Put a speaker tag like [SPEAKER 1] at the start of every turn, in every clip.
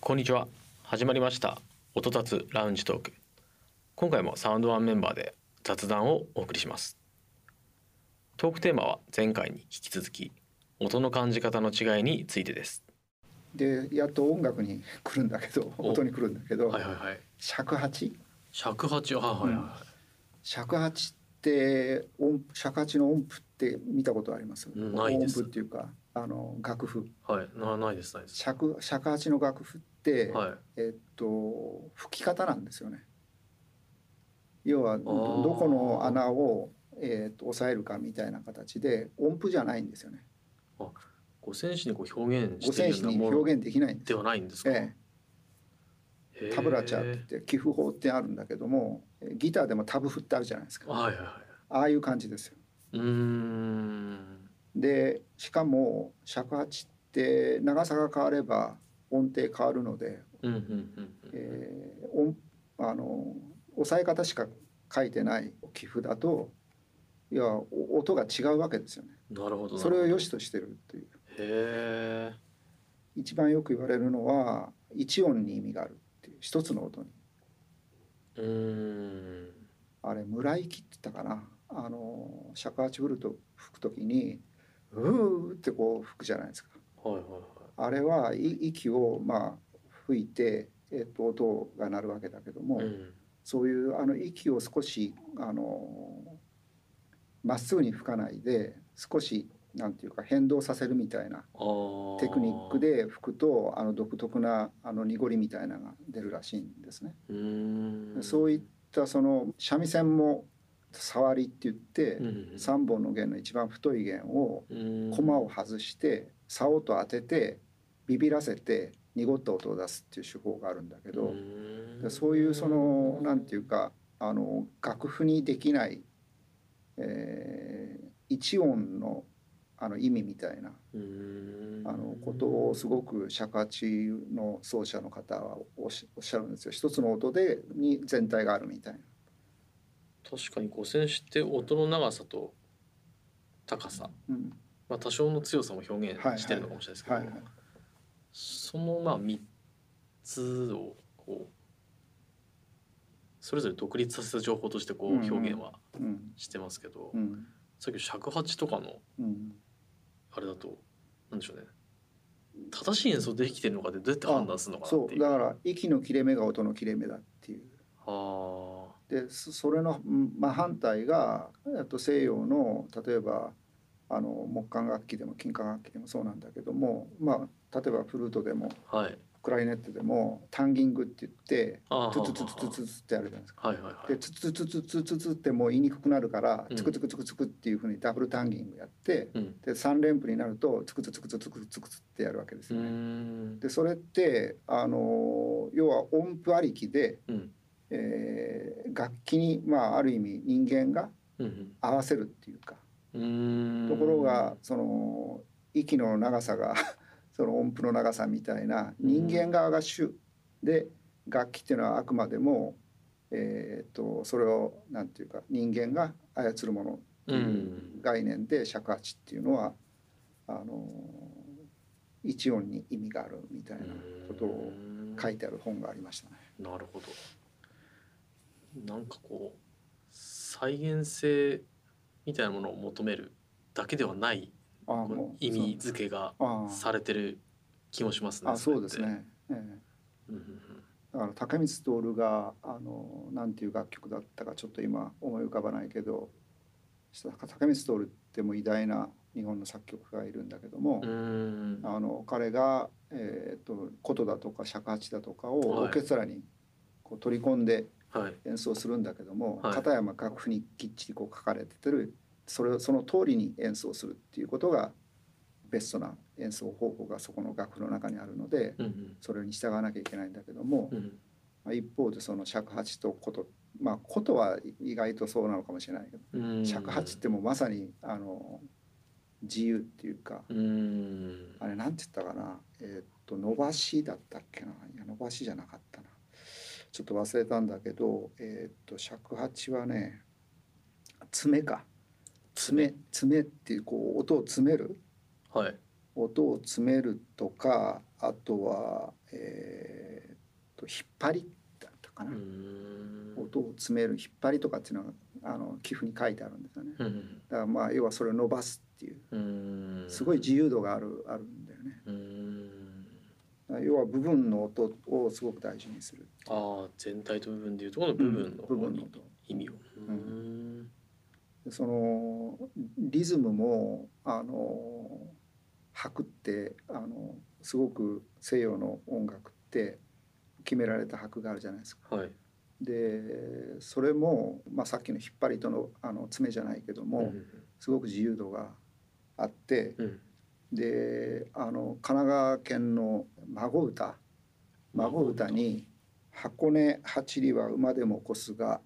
[SPEAKER 1] こんにちは始まりました音立つラウンジトーク今回もサウンドワンメンバーで雑談をお送りしますトークテーマは前回に引き続き音の感じ方の違いについてです
[SPEAKER 2] でやっと音楽に来るんだけど
[SPEAKER 1] お
[SPEAKER 2] 音に来るんだけど、
[SPEAKER 1] はいはいはい
[SPEAKER 2] 尺八
[SPEAKER 1] 尺八はいはいはい
[SPEAKER 2] 尺八って音尺八の音符って見たことあります
[SPEAKER 1] うんないです
[SPEAKER 2] 音符っていうかあの楽譜
[SPEAKER 1] はい、なないですないです
[SPEAKER 2] 尺尺八の楽譜って、
[SPEAKER 1] はい
[SPEAKER 2] えっと吹き方なんですよね。要はど
[SPEAKER 1] ー
[SPEAKER 2] どこの穴を、えっと押さえるかみたいな形で音符じゃないんですよね。
[SPEAKER 1] 五線紙にこう表現
[SPEAKER 2] 五
[SPEAKER 1] している
[SPEAKER 2] 線
[SPEAKER 1] ような
[SPEAKER 2] 紙に
[SPEAKER 1] もの
[SPEAKER 2] 表現できないんです
[SPEAKER 1] では
[SPEAKER 2] よ。
[SPEAKER 1] ないんですか、
[SPEAKER 2] え
[SPEAKER 1] へ
[SPEAKER 2] え、
[SPEAKER 1] ー
[SPEAKER 2] タブラチャーって言って寄付法ってあるんだけどもギターでもタブ振ってあるじゃないですか。
[SPEAKER 1] はいはいは
[SPEAKER 2] ああいう感じですよ。
[SPEAKER 1] いうーん
[SPEAKER 2] でしかも尺八って長さが変われば音程変わるので、
[SPEAKER 1] うんうんうんうん
[SPEAKER 2] えー音あの押さえ方しか書いてない寄付だといやお音が違うわけですよね。
[SPEAKER 1] なるほどなるほど
[SPEAKER 2] それを良しとしてるっていう
[SPEAKER 1] へえ
[SPEAKER 2] 一番よく言われるのは一音に意味があるっていう一つの音に
[SPEAKER 1] うーん
[SPEAKER 2] あれ村行きって言ったかなあの尺八振ると吹くときに「うー」ってこう吹くじゃないですか。
[SPEAKER 1] はいはい
[SPEAKER 2] あれはい息をまあ吹いて、えっと、音が鳴るわけだけども、
[SPEAKER 1] はい。うん。
[SPEAKER 2] そういうあの息を少しあのまっすぐに吹かないで少しなんていうか変動させるみたいな
[SPEAKER 1] あー
[SPEAKER 2] テクニック。で吹くとあの独特なあの濁りみたいなのが出るらしいんですね。
[SPEAKER 1] うーん。
[SPEAKER 2] そういったその三味線も触りって言って、
[SPEAKER 1] うん。
[SPEAKER 2] 三本の弦の一番太い弦を
[SPEAKER 1] うん。
[SPEAKER 2] 駒を外して竿と当ててビビらせて濁った音を出すっていう手法があるんだけど、
[SPEAKER 1] ど
[SPEAKER 2] そういうそのなんていう。かあの楽譜にできない、えー一音のあの意味みたいな
[SPEAKER 1] うーん。
[SPEAKER 2] あのことをすごく尺八の奏者の方はおっしおっしゃるんですよ一つの音でに全体があるみたいな。
[SPEAKER 1] 確かに五線紙って音の長さと。高さ。
[SPEAKER 2] うん
[SPEAKER 1] まあ、多少の強さも表現してるのかもしれないですけど。
[SPEAKER 2] はいはい
[SPEAKER 1] そのまあ、三つを。こう。それぞれ独立させた情報として、こう
[SPEAKER 2] うんうん
[SPEAKER 1] 表現は
[SPEAKER 2] うん
[SPEAKER 1] してますけど
[SPEAKER 2] う。ん
[SPEAKER 1] さっき尺八とかの。
[SPEAKER 2] うん
[SPEAKER 1] あれだとなんでしょうね正しい演奏できてるのかってどうやって判断するのかなっ
[SPEAKER 2] そ
[SPEAKER 1] ていうう
[SPEAKER 2] だ
[SPEAKER 1] あ
[SPEAKER 2] から息の切れ目が音の切れ目だっていう
[SPEAKER 1] あ
[SPEAKER 2] でそそれのうん真反対がえっと西洋の例えばあの木管楽器でも金管楽器でもそうなんだけども、まあ、例えばフルートでも
[SPEAKER 1] ーはい
[SPEAKER 2] クラリネットでもタンギングって言って
[SPEAKER 1] あー
[SPEAKER 2] ツツツツツツツってやるじゃないですか。
[SPEAKER 1] はいはいは
[SPEAKER 2] で
[SPEAKER 1] い
[SPEAKER 2] ツツツツツツツってもう言いにくくなるから
[SPEAKER 1] うん
[SPEAKER 2] ツクツクツクツクっていうふうにダブルタンギングやって
[SPEAKER 1] うん
[SPEAKER 2] で3連符になるとツクツクツクツクツクツってやるわけです
[SPEAKER 1] うー
[SPEAKER 2] よね。
[SPEAKER 1] ん
[SPEAKER 2] でそれってあの要は音符ありきで、
[SPEAKER 1] うん
[SPEAKER 2] えー楽器に、まあ、ある意味人間が
[SPEAKER 1] うん
[SPEAKER 2] 合わせるっていうか
[SPEAKER 1] うんうーん
[SPEAKER 2] ところがその息の長さが その音符の長さみたいな人間側が主で楽器っていうのはあくまでも、えー、とそれをなんていうか人間が操るものって
[SPEAKER 1] う
[SPEAKER 2] いうん概念で尺八っていうのはあの一音に意味があるみたいなことを書いてある本がありましたね。
[SPEAKER 1] なるほどなんかこう再現性みたいなものを求めるだけではない
[SPEAKER 2] ああ
[SPEAKER 1] こう
[SPEAKER 2] もう
[SPEAKER 1] 意味付けが
[SPEAKER 2] そうあ
[SPEAKER 1] されてる気もしますね
[SPEAKER 2] ああそうです
[SPEAKER 1] れって
[SPEAKER 2] ね。ええ
[SPEAKER 1] うんうん
[SPEAKER 2] だから高光徹があのなんていう楽曲だったかちょっと今思い浮かばないけど高光徹ってもう偉大な日本の作曲家がいるんだけども、
[SPEAKER 1] うんうーん
[SPEAKER 2] あの彼が、えー、と琴だとか尺八だとかを
[SPEAKER 1] はい
[SPEAKER 2] オーケストラにこう取り込んで
[SPEAKER 1] はい
[SPEAKER 2] 演奏するんだけども、
[SPEAKER 1] はい
[SPEAKER 2] 片山楽譜にきっちりこう書かれてるそれをその通りに演奏するっていうことがベストな演奏方法がそこの楽譜の中にあるので
[SPEAKER 1] うんうん
[SPEAKER 2] それに従わなきゃいけないんだけども。
[SPEAKER 1] うん
[SPEAKER 2] まあ一方でその尺八と琴まあ琴は意外とそうなのかもしれないけど、
[SPEAKER 1] うん
[SPEAKER 2] 尺八ってもうまさにあの自由っていうか、
[SPEAKER 1] うーん
[SPEAKER 2] あれなんて言ったかなえーっと伸ばしだったっけないや伸ばしじゃなかったなちょっと忘れたんだけどえーっと尺八はね爪か爪爪っていうこう音を詰める
[SPEAKER 1] はい
[SPEAKER 2] 音を詰めるとかあとは、え引っ張りだったかな、音を詰める引っ張りとかっていうのがあの寄付に書いてあるんですよね。
[SPEAKER 1] うん
[SPEAKER 2] だからまあ要はそれを伸ばすっていう
[SPEAKER 1] うん
[SPEAKER 2] すごい自由度があるあるんだよね。
[SPEAKER 1] うん
[SPEAKER 2] だから要は部分の音をすごく大事にする。
[SPEAKER 1] ああ全体と部分でいうところの部分の
[SPEAKER 2] 部
[SPEAKER 1] 方
[SPEAKER 2] 分の
[SPEAKER 1] に
[SPEAKER 2] 音。
[SPEAKER 1] 意味を
[SPEAKER 2] う
[SPEAKER 1] うん
[SPEAKER 2] でそのリズムもあの拍ってあのすごく西洋の音楽って決められた拍があるじゃないですか。
[SPEAKER 1] はい
[SPEAKER 2] でそれも、まあ、さっきの引っ張りとのあの爪じゃないけども、すごく自由度があって
[SPEAKER 1] うんうん
[SPEAKER 2] であの神奈川県の孫歌孫歌に「箱根八里は馬でも越すが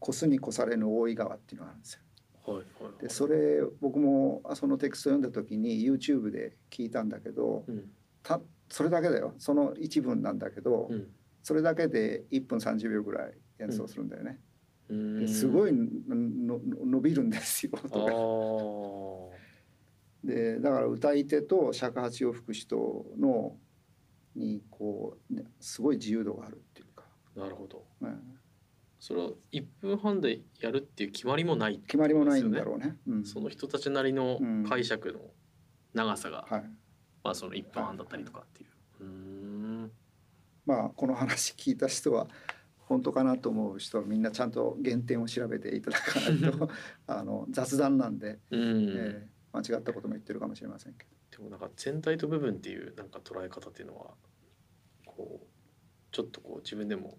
[SPEAKER 2] 越すに越されぬ大井川」っていうのがあるんですよ。
[SPEAKER 1] はいはいはい
[SPEAKER 2] でそれ僕もそのテキスト読んだ時に YouTube で聞いたんだけど
[SPEAKER 1] うん
[SPEAKER 2] たそれだけだよその一文なんだけど、
[SPEAKER 1] うん
[SPEAKER 2] それだけで1分30秒ぐらい演奏するんだよね。
[SPEAKER 1] うん
[SPEAKER 2] ですごいのの伸びるんですよ
[SPEAKER 1] ああ
[SPEAKER 2] 音がでだから歌い手と尺八を吹く人のにこう、ね、すごい自由度があるっていうか、
[SPEAKER 1] なるほど
[SPEAKER 2] うん
[SPEAKER 1] それは1分半でやるっていう決まりもないって
[SPEAKER 2] 決まりもないんだろうね。うん
[SPEAKER 1] その人たちなりの解釈の長さが、
[SPEAKER 2] はい、
[SPEAKER 1] まあその1分半だったりとかっていう。うーん
[SPEAKER 2] まあこの話聞いた人は本当かなと思う人はみんなちゃんと原点を調べていただかな いとあの雑談なんで、
[SPEAKER 1] うん
[SPEAKER 2] えー間違ったことも言ってるかもしれませんけど。
[SPEAKER 1] でもなんか全体と部分っていうなんか捉え方っていうのはこうちょっとこう自分でも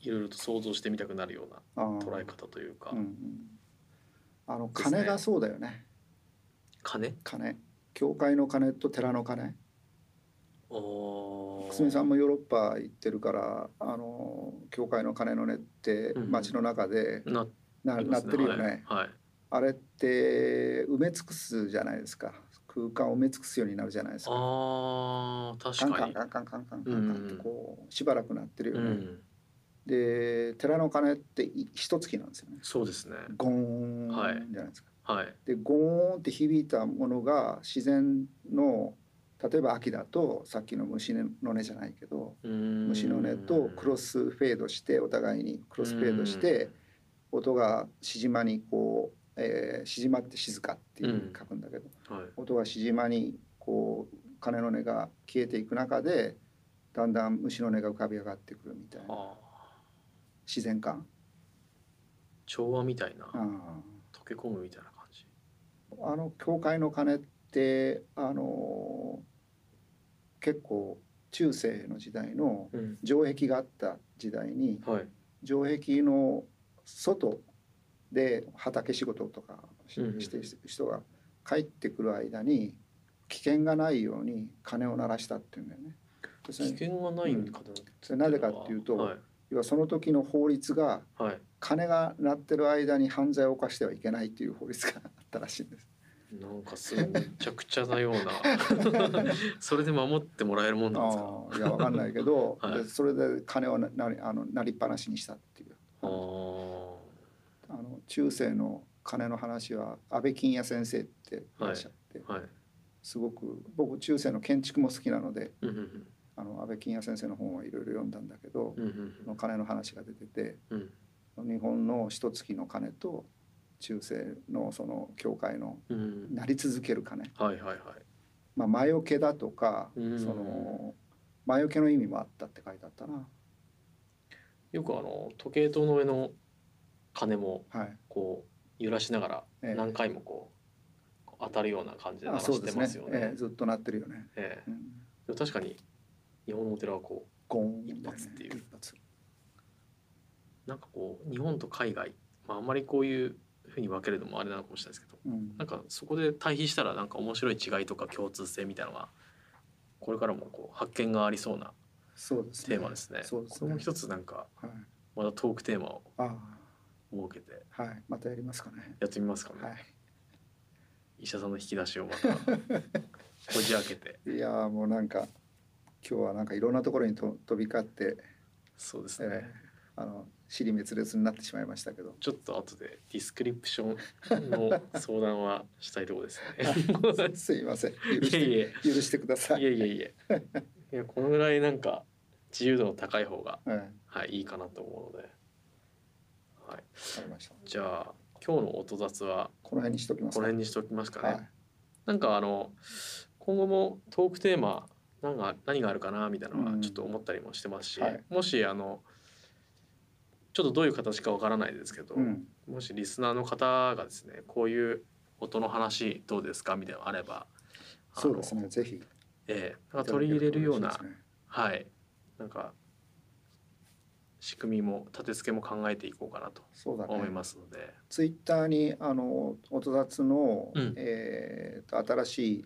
[SPEAKER 1] いろいろと想像してみたくなるような
[SPEAKER 2] あー
[SPEAKER 1] 捉え方というか、
[SPEAKER 2] うんうん、あの
[SPEAKER 1] ですね
[SPEAKER 2] 鐘がそうだよね
[SPEAKER 1] 金
[SPEAKER 2] 鐘教会の鐘と寺の鐘
[SPEAKER 1] おー
[SPEAKER 2] 久住さんもヨーロッパ行ってるからあの教会の鐘の音って
[SPEAKER 1] うんうん
[SPEAKER 2] 街の中で
[SPEAKER 1] な
[SPEAKER 2] な,、
[SPEAKER 1] り
[SPEAKER 2] な
[SPEAKER 1] ま
[SPEAKER 2] っ
[SPEAKER 1] すね
[SPEAKER 2] てるよね、
[SPEAKER 1] はい、はい
[SPEAKER 2] あれって埋め尽くすじゃないですか空間を埋め尽くすようになるじゃないですか
[SPEAKER 1] あー
[SPEAKER 2] カン
[SPEAKER 1] 確
[SPEAKER 2] カ
[SPEAKER 1] か
[SPEAKER 2] ン
[SPEAKER 1] に
[SPEAKER 2] カンカンカンカンカンカンってこうしばらくなってるよ
[SPEAKER 1] う
[SPEAKER 2] ね、
[SPEAKER 1] ん
[SPEAKER 2] で寺の鐘ってい一月なんですよね
[SPEAKER 1] そうですね
[SPEAKER 2] ゴーン
[SPEAKER 1] はい
[SPEAKER 2] じゃないですか、
[SPEAKER 1] はい
[SPEAKER 2] でゴーンって響いたものが自然の例えば秋だとさっきの虫の音じゃないけど
[SPEAKER 1] 虫
[SPEAKER 2] 虫の音とクロ
[SPEAKER 1] ス
[SPEAKER 2] スフェードしてお互いにクロスフェードして音が静まにこう、えー静まって静かっていうふうに書くんだけど、
[SPEAKER 1] はい
[SPEAKER 2] 音が静まにこう鐘の音が消えていく中でだんだん虫の音が浮かび上がってくるみたいな
[SPEAKER 1] あー
[SPEAKER 2] 自然感
[SPEAKER 1] 調和みたいな、
[SPEAKER 2] あ
[SPEAKER 1] 溶け込むみたいな感じ
[SPEAKER 2] あの教会の鐘ってあのー結構中世の時代の
[SPEAKER 1] うん
[SPEAKER 2] 城壁があった時代に、
[SPEAKER 1] はい
[SPEAKER 2] 城壁の外で畑仕事とかし
[SPEAKER 1] うんうん
[SPEAKER 2] してる人が帰ってくる間に危険がないように鐘を鳴らしたっていうんだよね。でそ
[SPEAKER 1] 危
[SPEAKER 2] れ
[SPEAKER 1] 険がないんかな、
[SPEAKER 2] それなぜかっていうと
[SPEAKER 1] はい
[SPEAKER 2] 要はその時の法律が
[SPEAKER 1] はい
[SPEAKER 2] 鐘が鳴ってる間に犯罪を犯してはいけないという法律があったらしいんです。
[SPEAKER 1] なんかすごいめちゃくちゃなような それで守ってもらえるもんなんですか
[SPEAKER 2] ああいやわかんないけど、
[SPEAKER 1] はい
[SPEAKER 2] でそれで鐘をななりあの鳴りっぱなしにしたっていう
[SPEAKER 1] あー
[SPEAKER 2] あの中世の鐘の話は安倍金也先生っていらっしゃって、
[SPEAKER 1] はい
[SPEAKER 2] すごく僕中世の建築も好きなので
[SPEAKER 1] うんうん
[SPEAKER 2] あの安倍金也先生の本はいろいろ読んだんだけど、
[SPEAKER 1] うん
[SPEAKER 2] その鐘の話が出てて
[SPEAKER 1] うんうん
[SPEAKER 2] 日本の一月の鐘と中世のその教会の
[SPEAKER 1] うんうん
[SPEAKER 2] 鳴り続ける鐘、
[SPEAKER 1] はいはいはい
[SPEAKER 2] まあ、魔除けだとか、
[SPEAKER 1] うん
[SPEAKER 2] その魔除けの意味もあったって書いてあったな。
[SPEAKER 1] よくあの時計塔の上の鐘も
[SPEAKER 2] はい
[SPEAKER 1] こう揺らしなが
[SPEAKER 2] え
[SPEAKER 1] ら
[SPEAKER 2] え
[SPEAKER 1] 何回もこう当たるような感じで鳴
[SPEAKER 2] あ
[SPEAKER 1] ら
[SPEAKER 2] そう
[SPEAKER 1] して
[SPEAKER 2] です
[SPEAKER 1] ま
[SPEAKER 2] ね
[SPEAKER 1] すよ
[SPEAKER 2] え
[SPEAKER 1] ね
[SPEAKER 2] え。ずっと鳴ってるよね。
[SPEAKER 1] ええ
[SPEAKER 2] うん、
[SPEAKER 1] でも確かに日本のお寺はこ
[SPEAKER 2] ゴーン
[SPEAKER 1] 一発っていう
[SPEAKER 2] 一発
[SPEAKER 1] うなんかこう日本と海外、まあ、あんまりこういうふうに分けるのもあれなのかもしれないですけど
[SPEAKER 2] うん
[SPEAKER 1] なんかそこで対比したらなんか面白い違いとか共通性みたいなのがこれからもこう発見がありそうな
[SPEAKER 2] そうですね。
[SPEAKER 1] テーマですね。
[SPEAKER 2] そうです
[SPEAKER 1] これ
[SPEAKER 2] ね
[SPEAKER 1] も。一つなんか
[SPEAKER 2] はい、
[SPEAKER 1] またトークテーマを
[SPEAKER 2] あ
[SPEAKER 1] 設けて
[SPEAKER 2] あはいまたやりますかね。
[SPEAKER 1] やってみますかね。
[SPEAKER 2] はい
[SPEAKER 1] 医者さんの引き出しをまたこじ開けて
[SPEAKER 2] いやーもうなんか今日はなんかいろんなところにと飛び交って、
[SPEAKER 1] そうです
[SPEAKER 2] え
[SPEAKER 1] ね。
[SPEAKER 2] ーあの尻滅裂になってしまいました けど
[SPEAKER 1] ちょっと後でディスクリプションの相談はしたいところです ね。
[SPEAKER 2] すいません許
[SPEAKER 1] いえ
[SPEAKER 2] して
[SPEAKER 1] いえ
[SPEAKER 2] 許してくださ
[SPEAKER 1] い
[SPEAKER 2] い
[SPEAKER 1] えいえいえ。いやこのぐらいなんか自由度の高い方が、
[SPEAKER 2] ええ、わ
[SPEAKER 1] はい、いいかなと思うので、はい、
[SPEAKER 2] かりました。
[SPEAKER 1] じゃあ今日の音雑は
[SPEAKER 2] この辺にしときま
[SPEAKER 1] こ
[SPEAKER 2] す
[SPEAKER 1] の
[SPEAKER 2] か。
[SPEAKER 1] 辺にしておきますかね。
[SPEAKER 2] はい。
[SPEAKER 1] なんかあの今後もトークテーマなんか何があるかなみたいなのは
[SPEAKER 2] うん
[SPEAKER 1] ちょっと思ったりもしてますし、
[SPEAKER 2] はい
[SPEAKER 1] もしあのちょっとどういう形かわからないですけど、
[SPEAKER 2] うん。
[SPEAKER 1] もしリスナーの方がですねこういう音の話どうですかみたいなのがあればあの
[SPEAKER 2] そうですね。ぜひ。
[SPEAKER 1] ええなんか取り入れるような、はいなんか仕組みも立て付けも考えていこうかなと
[SPEAKER 2] そうだね。
[SPEAKER 1] 思いますので、
[SPEAKER 2] ツイッターにあの音雑の、
[SPEAKER 1] うん
[SPEAKER 2] えーと新しい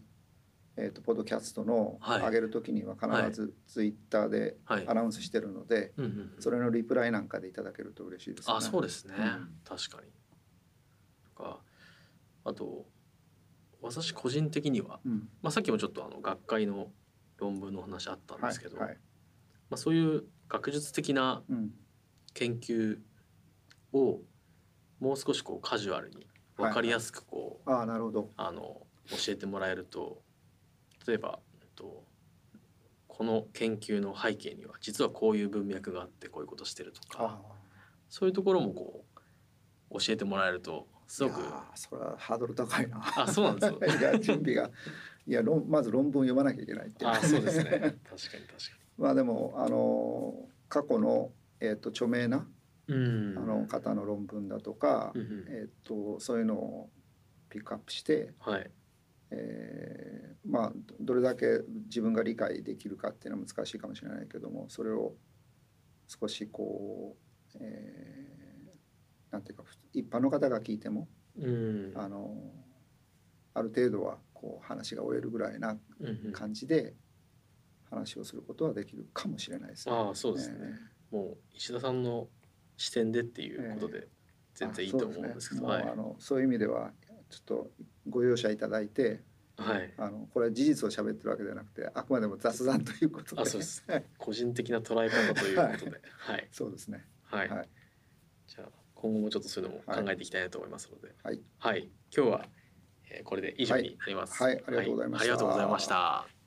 [SPEAKER 2] えーとポッドキャストの
[SPEAKER 1] はい
[SPEAKER 2] 上げるときには必ずツイッターで
[SPEAKER 1] はい
[SPEAKER 2] アナウンスしてるので、
[SPEAKER 1] うんうんうん
[SPEAKER 2] それのリプライなんかでいただけると嬉しいですね。
[SPEAKER 1] あそうですね、
[SPEAKER 2] うん
[SPEAKER 1] 確かにとかあと私個人的には、
[SPEAKER 2] うん。
[SPEAKER 1] まあ、さっきもちょっとあの学会の論文の話あったんですけど、
[SPEAKER 2] はいはい。
[SPEAKER 1] まあ、そういう学術的な
[SPEAKER 2] うん。
[SPEAKER 1] 研究をもう少しこうカジュアルに分かりやすくこ
[SPEAKER 2] ああなるほど。
[SPEAKER 1] う、あの教えてもらえると例えば、えっと、この研究の背景には実はこういう文脈があってこういうことしてるとか。
[SPEAKER 2] あ
[SPEAKER 1] そういうところもこう教えてもらえるとす
[SPEAKER 2] あ。
[SPEAKER 1] ご
[SPEAKER 2] い
[SPEAKER 1] く
[SPEAKER 2] やーそれはハードル高いな。
[SPEAKER 1] あそうなんですよ
[SPEAKER 2] いや準備がいや論まず論文読まなきゃいけないっていう。
[SPEAKER 1] あそうですね確かに確か
[SPEAKER 2] まあでもあの過去のえっ、と著名な
[SPEAKER 1] にうん
[SPEAKER 2] あの方の論文だとか
[SPEAKER 1] う、んうん
[SPEAKER 2] えっとそういうのをピックアップして、
[SPEAKER 1] はい
[SPEAKER 2] えーまあどれだけ自分が理解できるかっていうのは難しいかもしれないけどもそれを少しこう、えーなんていうかふ一般の方が聞いても、
[SPEAKER 1] うん
[SPEAKER 2] あのある程度はこう話が終えるぐらいな
[SPEAKER 1] うんうん
[SPEAKER 2] 感じで話をすることはできるかもしれないですね。
[SPEAKER 1] ああそうですね、もう石田さんの視点でっていうことで全然いいと思うんですけど、
[SPEAKER 2] あそう
[SPEAKER 1] はい
[SPEAKER 2] ねもうあのそういう意味ではちょっとご容赦いただいて
[SPEAKER 1] はい
[SPEAKER 2] あのこれは事実を喋ってるわけではなくてあくまでも雑談ということで
[SPEAKER 1] あそうです個人的な捉え方ということ ではい
[SPEAKER 2] そうですね
[SPEAKER 1] はい、
[SPEAKER 2] はい
[SPEAKER 1] じゃあ今後もちょっとそういうのも考えていきたいなと思いますので
[SPEAKER 2] はい、
[SPEAKER 1] はい、今日は、えーこれで以上になります、
[SPEAKER 2] はいはいありがとうございました
[SPEAKER 1] ありがとうございました